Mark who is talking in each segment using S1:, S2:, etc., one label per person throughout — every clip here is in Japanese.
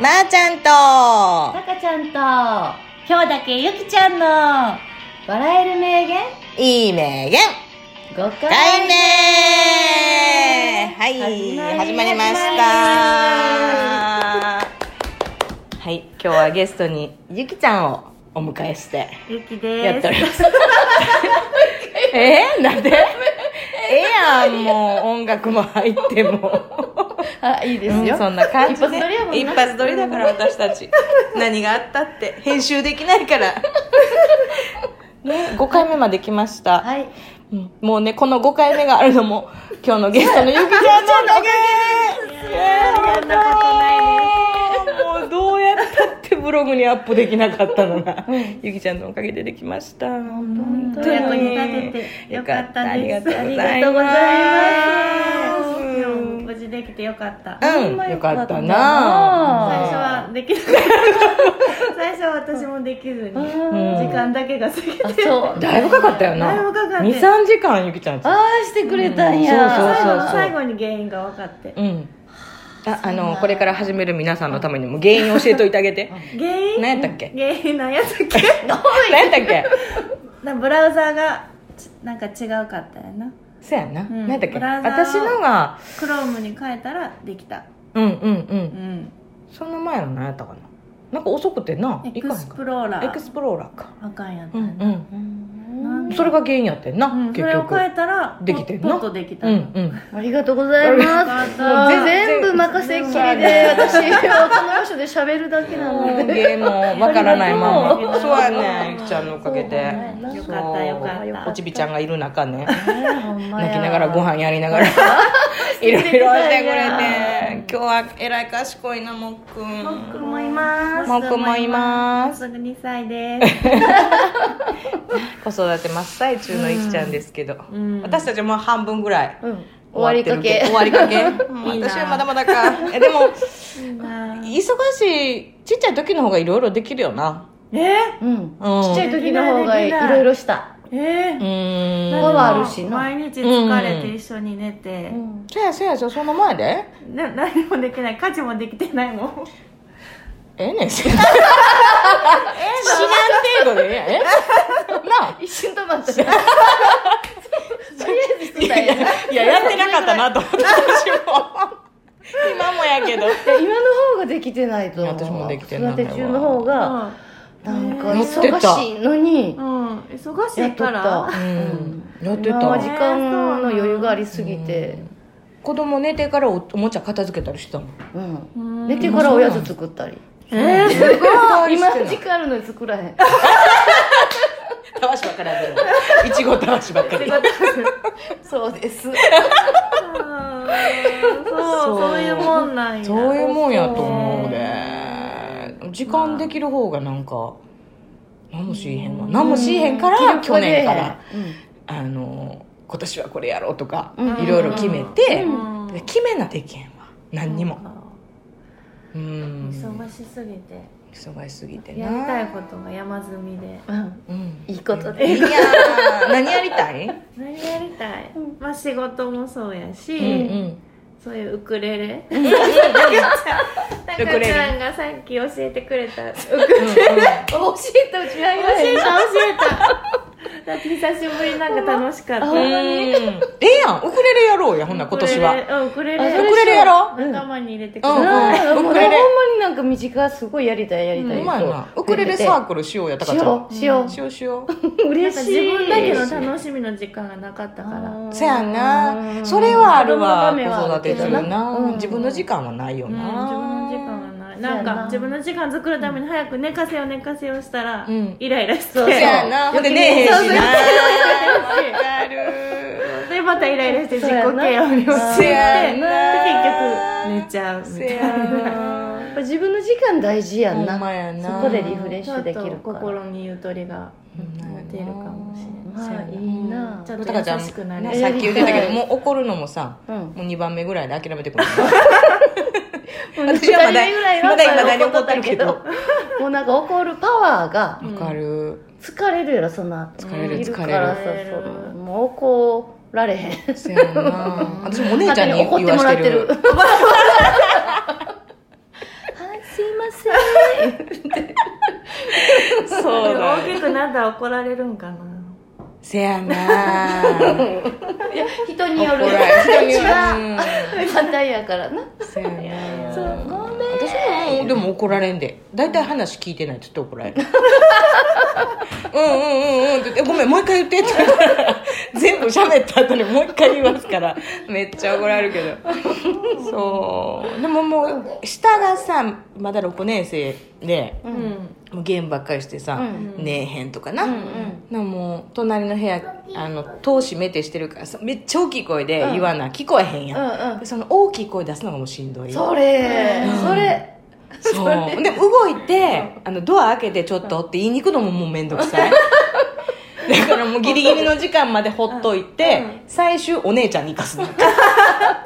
S1: まー、ちゃん
S2: タカちゃんと今日だけゆきちゃんの笑える名言
S1: と、いい名言
S2: 5
S1: 回目
S2: 回目
S1: はい、始まりましたはい、今日はゲストにゆきちゃんをお迎えして
S2: ゆき
S1: や
S2: で
S1: って
S2: す
S1: おり ます。えー、なんでええやん、もう音楽も入っても。
S2: あいいで
S1: うんそんな感じで
S2: 一発撮りやも
S1: 一発撮りだか
S2: んな
S1: ら私た ち何があったって編集できないから ね5回目まで来ました、
S2: はい
S1: うんもうねこの5回目があるのも今日のゲストのゆきちゃんのおかげです
S2: いやーそんなこと
S1: もうどうやったってブログにアップできなかったのが、ゆきちゃんのおかげでできました
S2: 本当
S1: 本当に
S2: に役に立ててよかった
S1: よかった
S2: です
S1: ありがとうございます
S2: ありがとうございますでも無事できてよかった
S1: うんよかったな
S2: 最初はできなかった最初は私もできずに時間だけが過ぎて
S3: あそう
S1: だいぶかかったよ
S2: だい
S1: な
S2: ぶかかって
S1: 23時間ゆきちゃんち
S3: ああしてくれたん
S1: そうそう
S3: や、
S1: そう
S2: 最後の最後に原因が分かって
S1: うんああのこれから始める皆さんのためにも原因教えといてあげて
S2: 原因
S1: 何やったっけ
S2: 原因なんやったっけ
S1: 何やったっけ
S2: なブラウザーがちなんか違うかったやな
S1: そやな、
S2: ん
S1: 何やったっけ
S2: ブラウザーを
S1: 私のが
S2: Chrome に変えたらできた
S1: うんうんう
S2: うんん
S1: その前の何やったかななんか遅くてな
S2: エ
S1: い
S2: ク
S1: かん
S2: ス
S1: か
S2: プローラ
S1: エク
S2: ー
S1: スプローラーか
S2: あかんやった
S1: うんん
S2: や
S1: う
S2: な、
S1: んそれが原因やってんな、
S2: うんそ
S1: 結
S2: れを
S1: 局
S2: 変えたら
S1: できてん
S2: ポ
S1: な
S2: ッとできた
S1: う
S2: の、
S1: んうん
S3: ありがとうございま
S2: よ
S3: す
S2: か
S3: も
S2: った
S3: う全部任せっきりで私はこの場所で喋るだけな
S1: も
S3: の
S1: う
S3: で
S1: ゲームもわからないま
S2: ありが
S1: ま
S2: とう
S1: そうやねゆきちゃんのおかげで
S3: そう
S2: よかったよかった
S1: おちびちゃんがいる中ね
S3: ほんまや
S1: 泣きながらご飯やりながらいろいろしてくれて今日はえらい賢いなもっくん
S2: 僕もいます
S1: もっくんもいます
S2: もうすぐ2歳です
S1: 子育て真っ最中のいきちゃんですけど、
S2: うん
S1: 私たちもう半分ぐらい
S3: うん終わりかけ
S1: 終わってるけど終わりかけ
S2: いいな
S1: 私はまだまだかえでも
S2: いいな
S1: 忙しいちっちゃい時の方がいろいろできるよな
S2: え
S3: うん
S1: うん
S3: ちっちゃい時の方がいろいろした
S2: え
S1: うーん
S3: パワーあるしな
S2: 毎日疲れて一緒に寝て、
S1: せやせやじゃあその前で
S2: な何もできない家事もできてないもん
S1: え えねんせや知らん程度でええやんえ なあ
S3: 一瞬止 まったとりあえずしてたんやい
S1: いや、やってなかったなと思って、私も。今もやけど。
S3: や今の方ができてないと思う
S1: 私もできてないわ
S3: 育て中の方がなんか忙しいのに
S2: うん、うん、忙し
S3: や
S2: い
S3: っと
S2: か
S3: っ
S2: ら
S3: た
S1: うん。やって
S3: 今は時
S1: た。
S3: 間の余裕がありすぎて、
S1: 子供寝てからおおもちゃ片付けたりしてたもん。
S3: うん
S2: うん
S3: 寝てからおやつ作ったり
S2: えー、すごい
S3: 今
S1: してない
S3: 時間あるのに作らへん
S1: たわしばからず。いちごたわしばっかり。
S3: そうです
S1: そう
S2: そうそういうもんなんや
S1: そういうもんやと思う
S2: そう
S1: で。時間できる方がなんか、何もしいへんわ。何もしいへんから、去年から、あの、今年はこれやろうとか、
S3: うん
S1: いろいろ決めて
S2: うん、
S1: で決めなできへんわ。何にも。うん。
S2: 忙しすぎて
S1: 忙しすぎてな
S2: やりたいことが山積みで
S3: うん、うん、
S1: うん
S3: いいこと
S1: い
S3: で
S1: やー何やりたい
S2: 何やりたい、まあ仕事もそうやし、
S1: うん
S2: そういうウクレレタ
S1: ウクレ
S2: カ
S1: レ
S2: ちゃんがさっき教えてくれたウク
S3: 教えてうちは
S2: 教えた教えただって久しぶりなんか楽しかった
S1: うんええやんウクレレやろうやほんなら今年はウ
S2: はウクレ
S3: あ
S2: レ
S3: それ
S1: クレレやろう
S2: 仲間に入れてくれ
S1: うん
S2: た
S1: うん
S3: も
S1: ウク
S3: うほんま
S1: レ
S3: に
S1: レ
S3: なんか短すごいやりたいやりたい
S1: お前なウクレレサークルしようやたか
S3: し
S1: ちゃ
S3: よ
S1: ん
S3: うしよ
S1: しようしよ
S3: う嬉
S2: なんか
S3: し
S2: 自
S3: い
S2: 分だけの楽しみの時間がなかったから
S1: うせやなそれはあるわ
S3: 子供のためは
S1: 子育て中
S3: うん
S1: な自分の時間はないよ
S2: うん、自分の時間
S1: な
S2: がない
S3: そう
S2: な
S3: やなん
S2: か自分の時間作るために早く寝かせよう寝かせようしたら、
S1: うん
S2: イライラして
S3: そう
S1: せやなほんでねえへんしなわかる
S2: でまたイライラして自己嫌悪に
S1: そう
S2: 陥って
S1: や
S2: で
S1: な
S2: 結局寝ちゃうみた
S1: せ
S2: い
S1: やな
S3: やっぱ自分の時間大事やん
S1: ほん
S3: な
S1: まやな
S3: そこでリフレッ
S2: な
S3: シ
S2: ちょ
S3: ュ
S2: っ
S3: でき
S2: と
S3: るから
S2: 心にゆとりが持てるかもしれない
S3: まあいいな
S2: ちょっ
S1: だからち
S2: と
S1: ゃ
S2: 優
S1: ん
S2: しくな
S1: ね
S2: れる
S1: さっき言ってたけ
S3: う
S1: ど
S3: ん
S1: もう怒るのもさ、
S3: うん
S1: もう2番目ぐらいで諦めてくる 私はまだ
S3: 二人目ぐらいは
S1: まだ今何怒ってるけど
S3: 怒っ
S1: わ
S3: たもうなんか怒るパワーが
S1: かる
S3: 疲れるやろその後
S1: 疲れる
S3: いる
S1: 疲
S3: か
S1: れる
S3: らさそうもう怒られへん
S1: せやな私もお姉ちゃんに言
S3: 勝手に怒って
S1: わ
S3: もら
S1: し
S3: って
S1: てる
S3: る
S1: てる
S3: 「せ
S1: そうだ
S2: 大きくなったら怒られるんかな
S1: せやな
S3: いや 人による
S1: 怒られる
S3: うち は
S1: う
S3: 反対やからなん
S1: せやな
S3: そうごめん
S1: 私もでも怒られんで大体話聞いてないって言って怒ら れるうんうんうんうんって言ってごめんもう一回言ってって言 うから全部喋った後にもう一回言いますからめっちゃ怒られるけどそうでももう下がさまだ6年生で
S3: う
S2: うん
S1: もうゲームばっかりしてさ、
S3: うん
S1: 寝えへんとかな、
S3: うんうん
S1: なもう隣の部屋あの戸閉めてしてるからさめっちゃ大きい声で言わな、聞こえへんやん、
S3: うんうん
S1: でその大きい声出すのがもうしんどい
S3: それ
S1: うん
S3: それ
S1: そうで動いてあのドア開けてちょっとって言いに行くのももうめんどくさいだからもうギリギリの時間までほっといて、最終お姉ちゃんに行かすの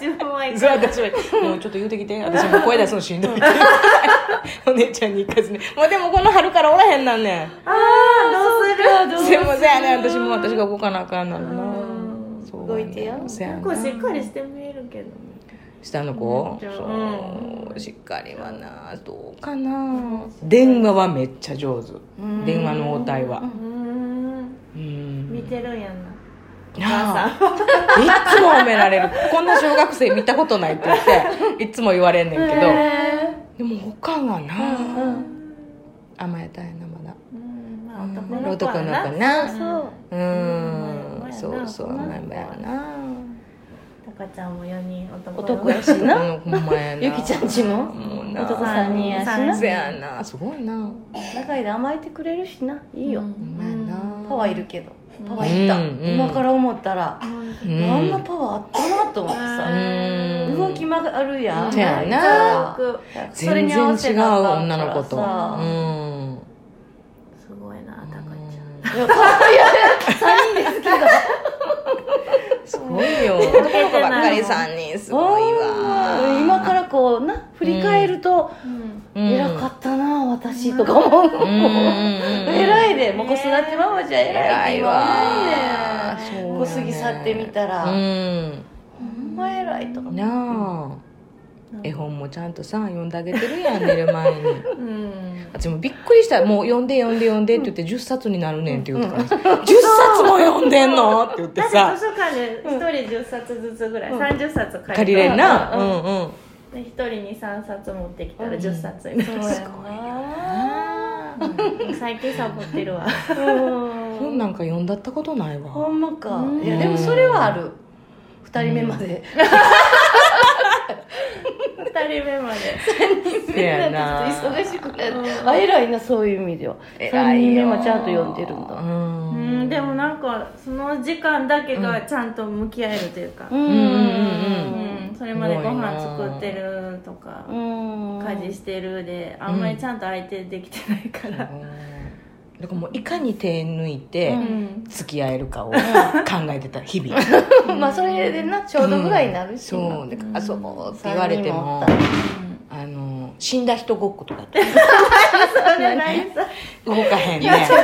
S2: 自分は
S1: それ私はもうちょっと言うてきて私もう声出すのしんどいお姉ちゃんに行かずねもうでもこの春からおらへんなんねん
S2: ああどうする
S1: すいませんね私も私が動かなあかんなのな
S2: うん
S1: そう
S3: 動いてよ
S1: せやな
S2: 結構しっかりして見えるけどね
S1: 下の子
S2: うん
S1: そうしっかりはなどうかな電話はめっちゃ上手
S3: うん
S1: 電話の応対は
S2: うーん
S1: うん
S2: 見てるんやな
S1: なあいつも褒められるこんな小学生見たことないって言っていつも言われんねんけど、
S3: へ
S1: でも他がな、
S3: うんうん
S1: 甘えたいなまだ
S2: うんまあ
S1: うん
S2: 男の子
S1: 男
S2: は
S1: の子
S2: な
S1: な
S3: ーそう
S1: うん、
S2: うん
S1: そうそう
S2: 甘
S1: 甘
S2: え
S1: え
S2: んぼや
S1: やな
S2: タカちゃんも4人男の子
S3: 男やしな
S1: うんほんまやな
S3: ゆきちゃんちも
S1: もうな
S3: 男3人やし
S2: 三
S3: な
S1: せやなすごいな
S3: 仲いいで甘えてくれるしないいよ
S2: うん
S1: ほんまやな
S3: パワーいるけどパワーいった
S1: うんうん
S3: 今から思ったら
S2: うん
S1: うん
S3: あんなパワーあったなと思って
S1: う
S3: さ
S1: ん
S3: 動き曲がるやん
S1: せやな
S3: だからそ
S1: 全
S3: れに
S1: 然違
S3: 合わ
S1: う
S3: せなあかん
S1: 女
S3: から
S1: の子とう
S3: さ
S1: ん
S2: すごいなタカちゃん
S3: いや可愛いや3人ですけど
S1: すごいよ男の子ばっかり3人すごいわ
S3: うん今からこうな振り返ると、
S1: うん
S3: 偉かったな私とか思
S1: う
S3: う、
S1: んうんうんうん
S3: 偉いでもう子育てママじゃ偉
S1: 偉
S3: い
S1: い
S3: って
S1: わ
S3: い
S1: そうやね
S3: 子過ぎ去ってみたら、
S1: うん
S3: ほんま偉いとか
S1: なあ
S2: うん
S1: 絵本もちゃんとさ読んであげてるやん寝る前に
S2: うん
S1: 私もびっくりしたもう読んで読んで読んでって言って10冊になるねんって言うてからさ10冊も読んでんのって言って
S2: だって
S1: さ
S2: 図書館で1人10冊ずつぐらい、
S3: うん
S2: 30冊借り
S1: 借りれんな
S3: う
S1: うんんうん
S2: で1人に3冊持ってきたら
S3: うん
S2: 10冊になる、
S3: そうやな
S2: 最近サボってるわ
S3: う
S1: 本
S3: ん
S1: なんか読んだったことないわ
S3: ほんまか
S2: うん
S3: いやでもそれはある2人目まで、
S2: 2人目まで
S1: せやな
S3: みんなちょっと忙しくなるあ偉いなそういう意味では
S1: 偉
S3: 3
S1: い
S3: 人目
S1: よ
S3: もちゃんと読んでるん
S1: う
S3: だ
S1: ん
S2: うんでもなんかその時間だけがちゃんと向き合えるというか、
S3: ん
S1: うん
S2: うんそれまでご飯作ってるとか
S3: うん
S2: 家事してるであんまりちゃんと相手できてないから、
S1: だからもういかに手抜いて
S3: うん
S1: 付き合えるかを考えてた日 々
S3: まあそれでなちょうどぐらいになるし、
S1: そうだから遊ぼうって言われても
S3: 三人
S1: あの死んだ人ごっことかやって
S2: それ何さ
S1: 動かへん
S3: 言われ
S1: ね
S3: ても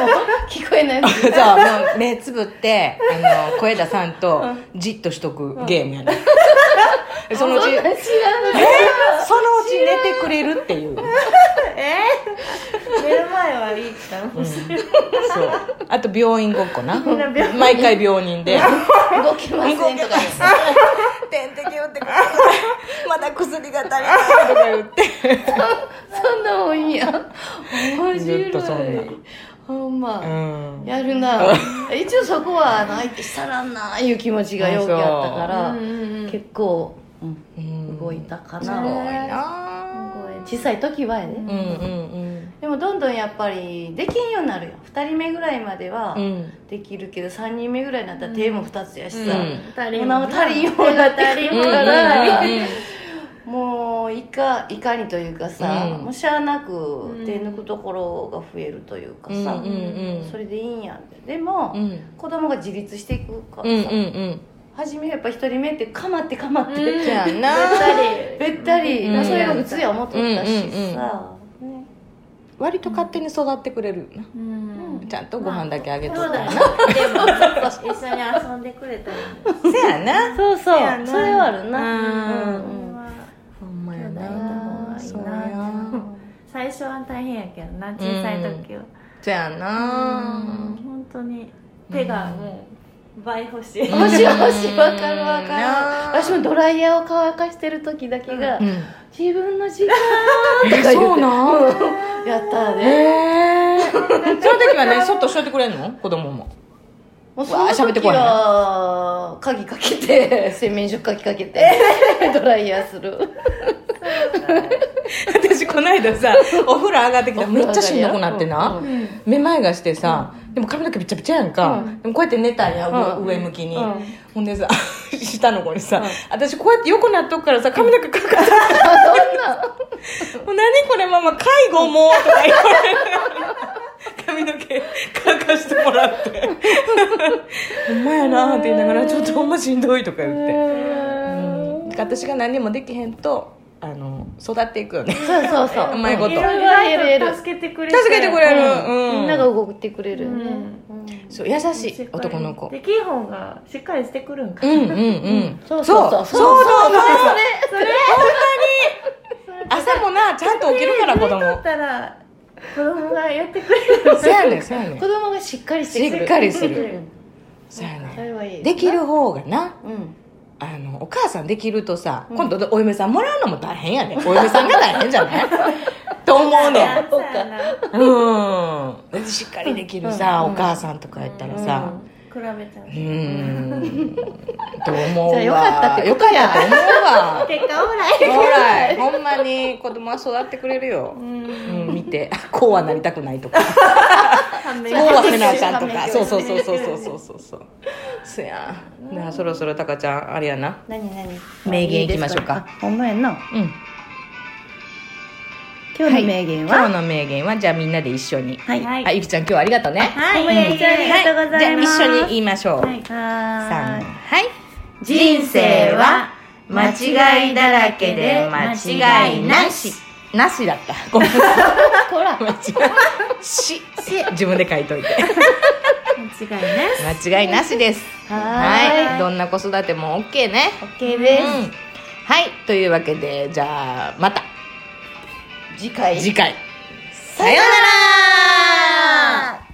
S3: 聞こえない
S1: そうもう目つぶってあの声出さんとじっとしとくゲームやね、 そのうち
S3: 知
S1: え
S3: らない
S1: そのうち寝てくれるっていう、
S2: えー、寝る前はいいかも
S1: うんそうあと病院ごっこな
S2: みんな病院
S1: 毎回病人で
S3: 動けませんとか
S1: 点滴打ってくれまだ薬が足りないとか言って
S3: そんなもんいいや面白
S1: ずっとそんない
S3: ほん
S1: う
S3: ま、
S1: ん
S3: やるな一応そこはあの相手したらんないう気持ちがよくあったから、
S2: うんうんうん
S3: 結構、うん
S1: うん
S3: 動いたか
S1: すごい
S3: な、
S1: な
S3: 小さい時はやで、
S1: うんうん
S3: でもどんどんやっぱりできんようになるよ2人目ぐらいまでは、
S1: うんうん
S3: できるけど3人目ぐらいになったら手も2つやしさ、
S1: うん
S2: 足
S3: も
S2: り
S3: うんな
S2: も
S3: お足りんようになってく
S1: うん
S3: る
S1: うん
S3: か
S1: うん
S3: ら、
S1: うん
S3: もういかいかにというかさ、
S1: うん
S3: もうしゃあなく
S2: うん
S3: 手抜くところが増えるというかさ、
S1: うんうんうん
S3: それでいいんやんでも、
S1: うん
S3: 子供が自立していくか
S1: うん
S3: ら
S1: う
S3: さ、
S1: ん
S3: 初めはやっぱ1人目ってかまってかまって、
S2: うん
S1: じゃあな
S3: べったり、
S1: うん
S3: まあそれが普通や思っとったしさ、ね
S1: 割と勝手に育ってくれるよな
S2: うん
S1: ちゃんとご飯だけあげと
S2: そう
S1: った
S2: だ
S1: ら
S2: ね
S1: な
S2: でもちょっと一緒に遊んでくれたり
S1: せやな
S3: そうそう
S2: せやな
S3: それはあるな
S1: うん
S3: うん
S2: は
S1: ほんまや
S2: そうだ
S1: な
S2: よな
S1: そうや
S3: うん
S2: 最初は大変やけどな小さい時は
S1: そやな
S2: うん本当に手がもう倍欲しい
S3: 欲しい欲しいわかるわかる
S1: なあ
S3: 私もドライヤーを乾かしてる時だけが、
S1: うん
S3: 自分の時間とか言って
S1: そうなん
S3: うんやった
S1: ええ
S3: ね
S1: その時はねそっとしといてくれんの子供も
S3: も
S1: う
S3: う
S1: わー
S3: その
S1: 喋って
S3: 時
S1: こい
S3: は鍵かけて洗面所鍵かけて ドライヤーする
S1: 私この間さお風呂上がってきたらめっちゃしんどくなってな、
S3: う
S1: めまいがしてさ、でも髪の毛びちゃびちゃやんか、
S3: うん
S1: でもこうやって寝たんや、
S3: うん
S1: 上上向きに、
S3: うん
S1: ほんでさ 下の子にさ、
S3: うん
S1: 私こうやって横なっとくからさ髪の毛かかって
S3: あそ
S1: 「
S3: んな
S1: もう何これママ介護も」とか言われて髪の毛乾かしてもら って「ほんまやな」って言いながら「ちょっとほんましんどい」とか言って、うん、だから私が何にもできへんとあの育っていくよね
S3: そうそうそう
S1: うまいこと
S2: いろいろあると助けてくれ
S1: 助けてくれる、
S3: うん
S1: うん
S3: みんなが動いてくれるよね、
S2: う
S3: うん
S1: そう優しい男の子
S2: できん方がしっかりしてくるんか
S1: うんうんうん
S3: そうそうそう
S1: そうそうそうそう
S2: それ
S1: 朝もなちゃんと起きるから子
S2: だっ
S1: 供
S2: たら子供がやってくれる
S1: そうやねんそうやねん
S3: 子供がしっかりしてく
S1: し
S3: る
S1: っかりす
S3: う
S1: る
S3: ん
S1: そうや
S3: そ
S1: ね
S3: れはいい
S1: んできる方がな
S3: うん
S1: あのお母さんできるとさ
S3: うん
S1: 今度お嫁さんもらうのも大変やねんお嫁さんが大変じゃ ないと思うねん
S2: そうやな
S1: うんしっかりできるさ
S3: うん
S1: お母さんとかやったらさ
S2: 比べちゃう
S1: うんと思う
S3: じゃあ
S1: わ
S3: よかったって
S1: よかったと思うわ
S2: 結果オーラ イ
S1: ほらほんまに子供は育ってくれるようん見てこうはなりたくないとか
S2: 反面
S1: もう忘れなあかんとか
S3: 反面
S1: そうそうそうそうそうそうそうそうそやなあそろそろタカちゃんあれやな
S3: 何何
S1: 名言いきましょうか
S3: いいですあほんまやんな
S1: うん
S3: 今日の名言は、
S1: 今日の名言はじゃあみんなで一緒に
S3: はい
S2: はい
S1: あゆきちゃん今日はありがとうね
S2: はい
S3: ごめんなさい
S2: ありがとうございます
S1: じゃあ一緒に言いましょう
S2: はい
S1: さん
S3: はーい
S1: はい
S3: 人生は間違いだらけで
S1: 間
S3: 間
S1: 違
S3: 違
S1: い
S3: い
S1: な
S3: な
S1: し
S3: し
S1: なしだったごめんなさい
S3: ほら
S1: 間違いし自分で書いといて
S2: 間違いない
S1: 間違いなしです
S3: はーい
S1: はいどんな子育ても OK ね
S3: OK
S1: う
S3: です、
S1: んはいというわけでじゃあまた
S3: 次回
S1: 次回さようなら